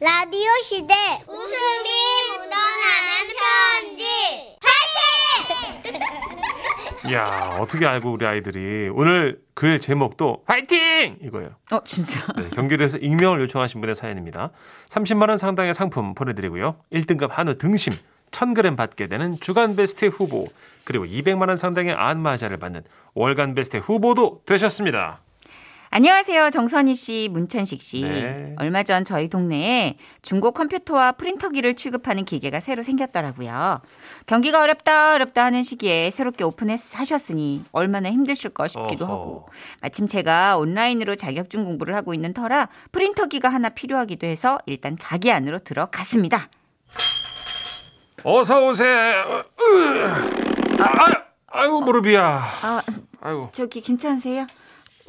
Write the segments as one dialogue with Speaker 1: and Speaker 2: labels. Speaker 1: 라디오 시대 웃음이 묻어나는 편지
Speaker 2: 야 어떻게 알고 우리 아이들이 오늘 글 제목도 화이팅 이거예요.
Speaker 3: 어, 진짜.
Speaker 2: 네, 경기도에서 익명을 요청하신 분의 사연입니다. 30만 원 상당의 상품 보내드리고요. 1등급 한우 등심 1,000g 받게 되는 주간 베스트 후보 그리고 200만 원 상당의 안마자를 받는 월간 베스트 후보도 되셨습니다.
Speaker 3: 안녕하세요. 정선희 씨, 문천식 씨.
Speaker 2: 네.
Speaker 3: 얼마 전 저희 동네에 중고 컴퓨터와 프린터기를 취급하는 기계가 새로 생겼더라고요. 경기가 어렵다, 어렵다 하는 시기에 새롭게 오픈하셨으니 얼마나 힘드실까 싶기도
Speaker 2: 어허.
Speaker 3: 하고. 마침 제가 온라인으로 자격증 공부를 하고 있는 터라 프린터기가 하나 필요하기도 해서 일단 가게 안으로 들어갔습니다.
Speaker 2: 어서 오세요. 아, 이고 무릎이야.
Speaker 3: 아,
Speaker 2: 아이고.
Speaker 3: 저기 괜찮으세요?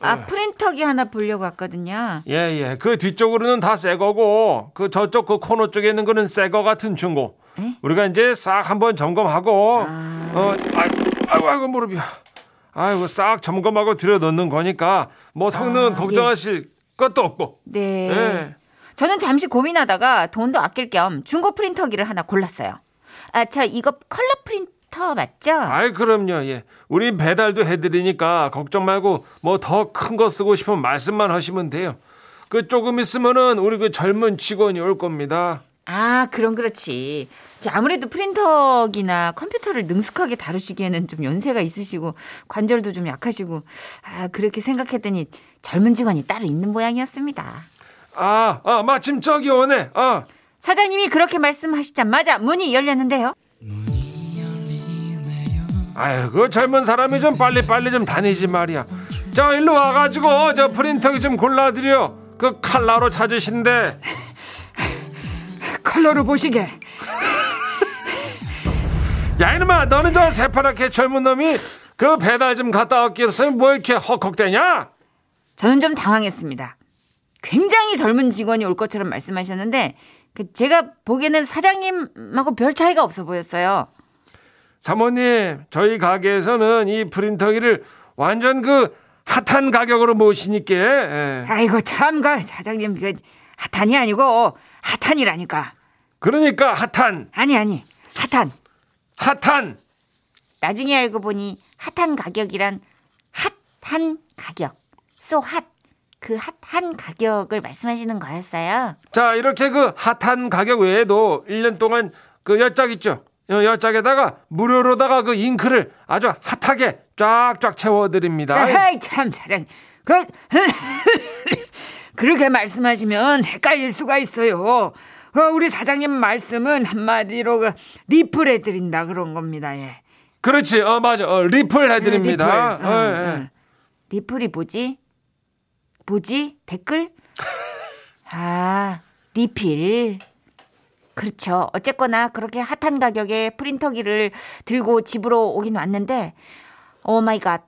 Speaker 2: 네.
Speaker 3: 아, 프린터기 하나 보려고 왔거든요.
Speaker 2: 예, 예. 그 뒤쪽으로는 다 새 거고, 그 저쪽 그 코너 쪽에 있는 거는 새 거 같은 중고.
Speaker 3: 에?
Speaker 2: 우리가 이제 싹 한번 점검하고,
Speaker 3: 아.
Speaker 2: 어, 아이, 아이고, 아이고, 무릎이야. 아이고, 싹 점검하고 들여놓는 거니까, 뭐 성능은
Speaker 3: 아,
Speaker 2: 걱정하실 것도 없고.
Speaker 3: 네.
Speaker 2: 예.
Speaker 3: 저는 잠시 고민하다가 돈도 아낄 겸 중고 프린터기를 하나 골랐어요. 아, 저 이거 컬러 프린터 맞죠?
Speaker 2: 아이, 그럼요, 예. 우리 배달도 해드리니까, 걱정 말고, 뭐 더 큰 거 쓰고 싶으면 말씀만 하시면 돼요. 그 조금 있으면은 우리 그 젊은 직원이 올 겁니다.
Speaker 3: 아, 그럼 그렇지. 아무래도 프린터기나 컴퓨터를 능숙하게 다루시기에는 좀 연세가 있으시고 관절도 좀 약하시고 아, 그렇게 생각했더니 젊은 직원이 따로 있는 모양이었습니다.
Speaker 2: 아, 아, 마침 저기 오네. 아.
Speaker 3: 사장님이 그렇게 말씀하시자마자 문이 열렸는데요.
Speaker 2: 아유, 그 젊은 사람이 좀 빨리 빨리 좀 다니지 말이야. 저 일로 와가지고 저 프린터기 좀 골라드려. 그 칼라로 찾으신데.
Speaker 3: 컬러로 보시게.
Speaker 2: 야 이놈아, 너는 저 새파랗게 젊은 놈이 그 배달 좀 갔다 왔겠어요? 뭐 이렇게 헉헉대냐?
Speaker 3: 저는 좀 당황했습니다. 굉장히 젊은 직원이 올 것처럼 말씀하셨는데 그 제가 보기에는 사장님하고 별 차이가 없어 보였어요.
Speaker 2: 사모님, 저희 가게에서는 이 프린터기를 완전 그 핫한 가격으로 모시니께. 예.
Speaker 3: 아이고 참가 사장님 그 핫한이 아니고 핫한이라니까.
Speaker 2: 그러니까 핫한,
Speaker 3: 아니 아니 핫한.
Speaker 2: 핫한.
Speaker 3: 나중에 알고 보니 핫한 가격이란 핫한 가격. 소핫 그 핫한 가격을 말씀하시는 거였어요.
Speaker 2: 자, 이렇게 그 핫한 가격 외에도 1년 동안 그 열짝 있죠? 어, 열짝에다가 무료로다가 그 잉크를 아주 핫하게 쫙쫙 채워드립니다.
Speaker 3: 아이 그러니까, 참 사장님 그 그렇게 말씀하시면 헷갈릴 수가 있어요. 어, 우리 사장님 말씀은 한마디로 그 리플해 드린다 그런 겁니다. 예.
Speaker 2: 그렇지, 어, 맞아. 어, 리플 해드립니다.
Speaker 3: 리플.
Speaker 2: 어,
Speaker 3: 어,
Speaker 2: 예.
Speaker 3: 어. 리플이 뭐지? 뭐지? 댓글? 아 리필. 그렇죠. 어쨌거나 그렇게 핫한 가격에 프린터기를 들고 집으로 오긴 왔는데 오 마이 갓.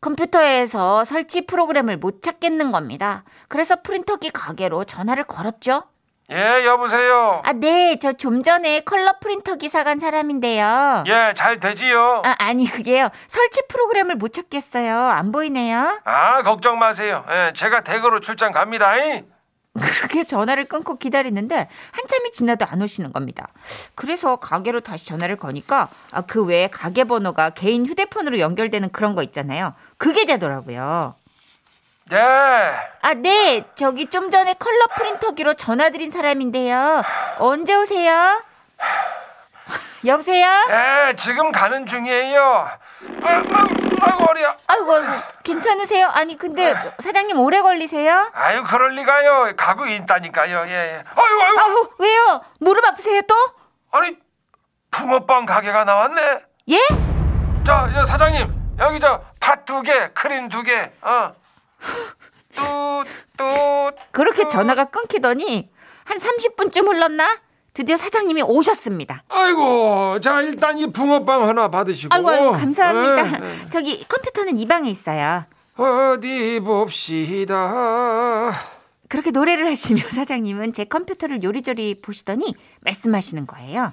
Speaker 3: 컴퓨터에서 설치 프로그램을 못 찾겠는 겁니다. 그래서 프린터기 가게로 전화를 걸었죠.
Speaker 2: 예, 여보세요.
Speaker 3: 아, 네. 저 좀 전에 컬러 프린터기 사간 사람인데요.
Speaker 2: 예, 잘 되지요.
Speaker 3: 아, 아니, 그게요. 설치 프로그램을 못 찾겠어요. 안 보이네요.
Speaker 2: 아, 걱정 마세요. 예, 제가 대거로 출장 갑니다. 잉?
Speaker 3: 그렇게 전화를 끊고 기다리는데 한참이 지나도 안 오시는 겁니다. 그래서 가게로 다시 전화를 거니까 아, 그 외에 가게 번호가 개인 휴대폰으로 연결되는 그런 거 있잖아요. 그게 되더라고요.
Speaker 2: 예.
Speaker 3: 아, 네. 저기 좀 전에 컬러 프린터기로 전화드린 사람인데요. 언제 오세요? 여보세요?
Speaker 2: 예, 지금 가는 중이에요. 아, 아, 아이고, 어리야.
Speaker 3: 아이고, 아이고, 괜찮으세요? 아니, 근데 사장님 오래 걸리세요?
Speaker 2: 아유, 그럴 리가요. 가고 있다니까요. 예, 예. 아이고, 아이고.
Speaker 3: 아우, 왜요? 무릎 아프세요 또?
Speaker 2: 아니 붕어빵 가게가 나왔네.
Speaker 3: 예?
Speaker 2: 자, 저 사장님 여기 저팥두 개, 크림 두 개. 어. 뚜뚜.
Speaker 3: 그렇게 전화가 끊기더니 한 30분쯤 흘렀나? 드디어 사장님이 오셨습니다.
Speaker 2: 아이고, 자 일단 이 붕어빵 하나 받으시고.
Speaker 3: 아이고, 아이고 감사합니다.
Speaker 2: 예, 예.
Speaker 3: 저기 컴퓨터는 이 방에 있어요.
Speaker 2: 어디 봅시다.
Speaker 3: 그렇게 노래를 하시며 사장님은 제 컴퓨터를 요리조리 보시더니 말씀하시는 거예요.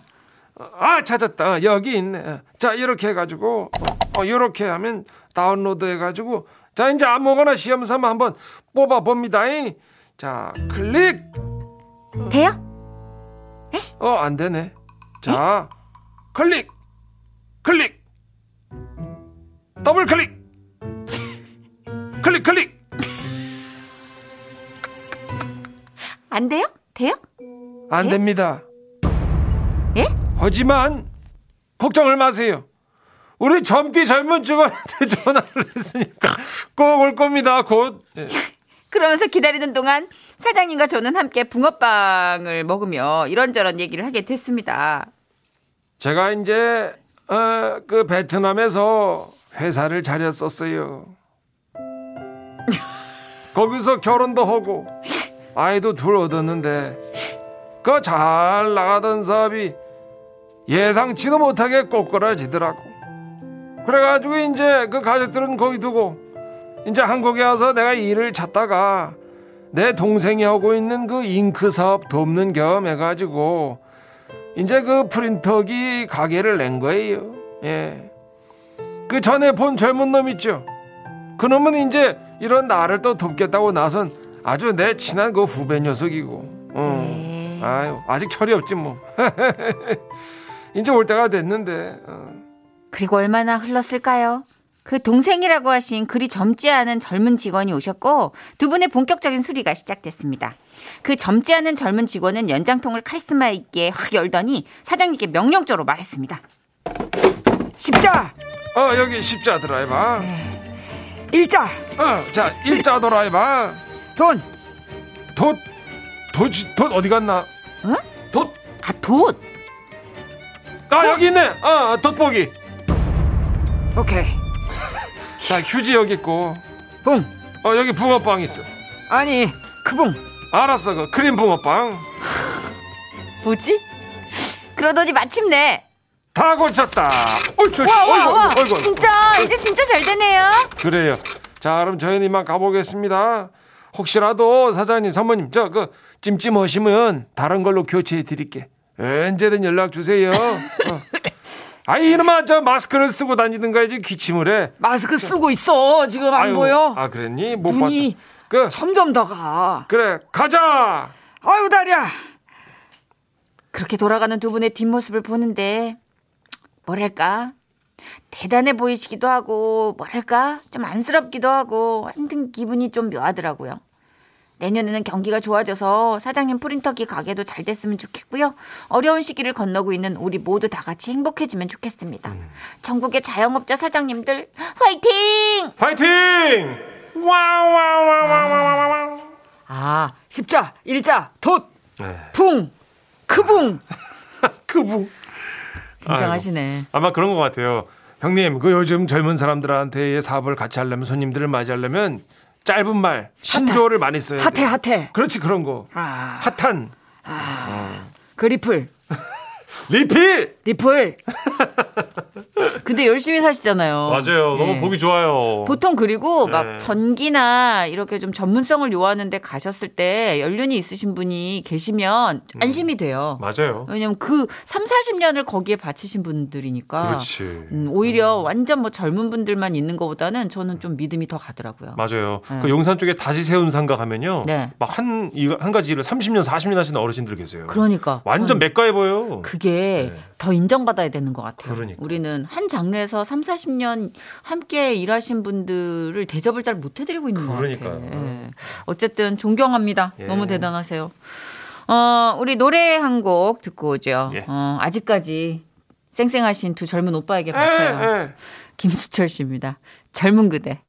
Speaker 2: 아 찾았다. 여기 있네. 자 이렇게 해가지고 어, 이렇게 하면 다운로드 해가지고 자 이제 아무거나 시험 삼아 한번 뽑아 봅니다. 자 클릭.
Speaker 3: 돼요?
Speaker 2: 어, 안 되네. 자, 클릭! 클릭! 더블 클릭! 클릭, 클릭!
Speaker 3: 안 돼요? 돼요?
Speaker 2: 안
Speaker 3: 예?
Speaker 2: 됩니다.
Speaker 3: 예?
Speaker 2: 하지만, 걱정을 마세요. 우리 젊디 젊은 직원한테 전화를 했으니까 꼭 올 겁니다, 곧. 예.
Speaker 3: 그러면서 기다리는 동안 사장님과 저는 함께 붕어빵을 먹으며 이런저런 얘기를 하게 됐습니다.
Speaker 2: 제가 이제, 어, 그 베트남에서 회사를 차렸었어요. 거기서 결혼도 하고, 아이도 둘 얻었는데, 그 잘 나가던 사업이 예상치도 못하게 꼬꾸라지더라고. 그래가지고 이제 그 가족들은 거기 두고, 이제 한국에 와서 내가 일을 찾다가, 내 동생이 하고 있는 그 잉크 사업 돕는 겸 해가지고, 이제 그 프린터기 가게를 낸 거예요. 예. 그 전에 본 젊은 놈 있죠? 그 놈은 이제 이런 나를 또 돕겠다고 나선 아주 내 친한 그 후배 녀석이고. 어.
Speaker 3: 네.
Speaker 2: 아유, 아직 철이 없지 뭐. 이제 올 때가 됐는데. 어.
Speaker 3: 그리고 얼마나 흘렀을까요? 그 동생이라고 하신 그리 젊지 않은 젊은 직원이 오셨고 두 분의 본격적인 수리가 시작됐습니다. 그 젊지 않은 젊은 직원은 연장통을 카리스마 있게 확 열더니 사장님께 명령적으로 말했습니다.
Speaker 4: 십자,
Speaker 2: 어, 여기 십자 드라이바.
Speaker 3: 네.
Speaker 4: 일자,
Speaker 2: 어, 자, 일자 드라이바.
Speaker 4: 돈,
Speaker 2: 돛, 돛, 돛 어디 갔나?
Speaker 3: 어?
Speaker 2: 돛,
Speaker 3: 아, 돛!
Speaker 2: 아, 여기 있네. 어, 돛보기.
Speaker 4: 오케이,
Speaker 2: 자, 휴지 여기 있고.
Speaker 4: 봉.
Speaker 2: 어 여기 붕어빵 있어
Speaker 4: 아니, 크봉.
Speaker 2: 알았어 그 크림 붕어빵
Speaker 3: 뭐지? 그러더니 마침내
Speaker 2: 다 고쳤다 옳지 옳지
Speaker 3: 와,
Speaker 2: 어이구,
Speaker 3: 와, 와.
Speaker 2: 어이구, 어이구.
Speaker 3: 진짜 이제 진짜 잘 되네요.
Speaker 2: 그래요 자 그럼 저희는 이만 가보겠습니다 혹시라도 사장님 사모님 저 그 찜찜하시면 다른 걸로 교체해 드릴게 언제든 연락 주세요 어. 아이 이놈아 저 마스크를 쓰고 다니든가 이제 기침을 해
Speaker 4: 마스크 쓰고 있어. 지금 안
Speaker 2: 아유,
Speaker 4: 보여?
Speaker 2: 아 그랬니 못
Speaker 4: 눈이
Speaker 2: 봤다 그
Speaker 4: 점점 더 가.
Speaker 2: 그래 가자
Speaker 4: 아유, 다리야.
Speaker 3: 그렇게 돌아가는 두 분의 뒷모습을 보는데 뭐랄까 대단해 보이시기도 하고 뭐랄까 좀 안쓰럽기도 하고 하여튼 기분이 좀 묘하더라고요. 내년에는 경기가 좋아져서 사장님 프린터기 가게도 잘 됐으면 좋겠고요. 어려운 시기를 건너고 있는 우리 모두 다 같이 행복해지면 좋겠습니다.
Speaker 4: 음.
Speaker 3: 전국의 자영업자 사장님들 화이팅!
Speaker 2: 파이팅 와와와와와와와
Speaker 4: 아, 십자, 일자, 돛,
Speaker 2: 네.
Speaker 4: 풍, 크봉.
Speaker 2: 그분
Speaker 3: 굉장하시네.
Speaker 2: 아마 그런 것 같아요. 형님, 그 요즘 젊은 사람들한테 사업을 같이 하려면 손님들을 맞이하려면 짧은 말, 신조어를 많이 써야 돼.
Speaker 4: 핫해,
Speaker 3: 네.
Speaker 4: 핫해.
Speaker 2: 그렇지 그런 거.
Speaker 4: 아,
Speaker 2: 핫한
Speaker 4: 그 리플,
Speaker 2: 리필.
Speaker 4: 리플.
Speaker 3: 근데 열심히 사시잖아요.
Speaker 2: 맞아요.
Speaker 3: 예.
Speaker 2: 너무 보기 좋아요.
Speaker 3: 보통 그리고
Speaker 2: 네.
Speaker 3: 막 전기나 이렇게 좀 전문성을 요하는데 가셨을 때 연륜이 있으신 분이 계시면 안심이 돼요.
Speaker 2: 음. 맞아요.
Speaker 3: 왜냐면 그 3, 40년을 거기에 바치신 분들이니까.
Speaker 2: 그렇지.
Speaker 3: 음, 오히려 완전 뭐 젊은 분들만 있는 것보다는 저는 좀 믿음이 더 가더라고요.
Speaker 2: 맞아요.
Speaker 3: 네.
Speaker 2: 그 용산 쪽에 다시 세운 상가 가면요.
Speaker 3: 네.
Speaker 2: 막한한 가지 일을 30년, 40년 하시는 어르신들 계세요.
Speaker 3: 그러니까
Speaker 2: 완전
Speaker 3: 저는
Speaker 2: 맥가해 보여.
Speaker 3: 그게
Speaker 2: 네.
Speaker 3: 더 인정받아야 되는 것 같아요.
Speaker 2: 그러니까.
Speaker 3: 우리는 한 장르에서 3, 40년 함께 일하신 분들을 대접을 잘 못 해드리고 있는 것
Speaker 2: 그러니까요.
Speaker 3: 같아요. 예. 어쨌든 존경합니다.
Speaker 2: 예.
Speaker 3: 너무 대단하세요. 어, 우리 노래 한 곡 듣고 오죠.
Speaker 2: 예.
Speaker 3: 어, 아직까지 쌩쌩하신 두 젊은 오빠에게
Speaker 2: 에,
Speaker 3: 바쳐요.
Speaker 2: 에.
Speaker 3: 김수철 씨입니다. 젊은 그대.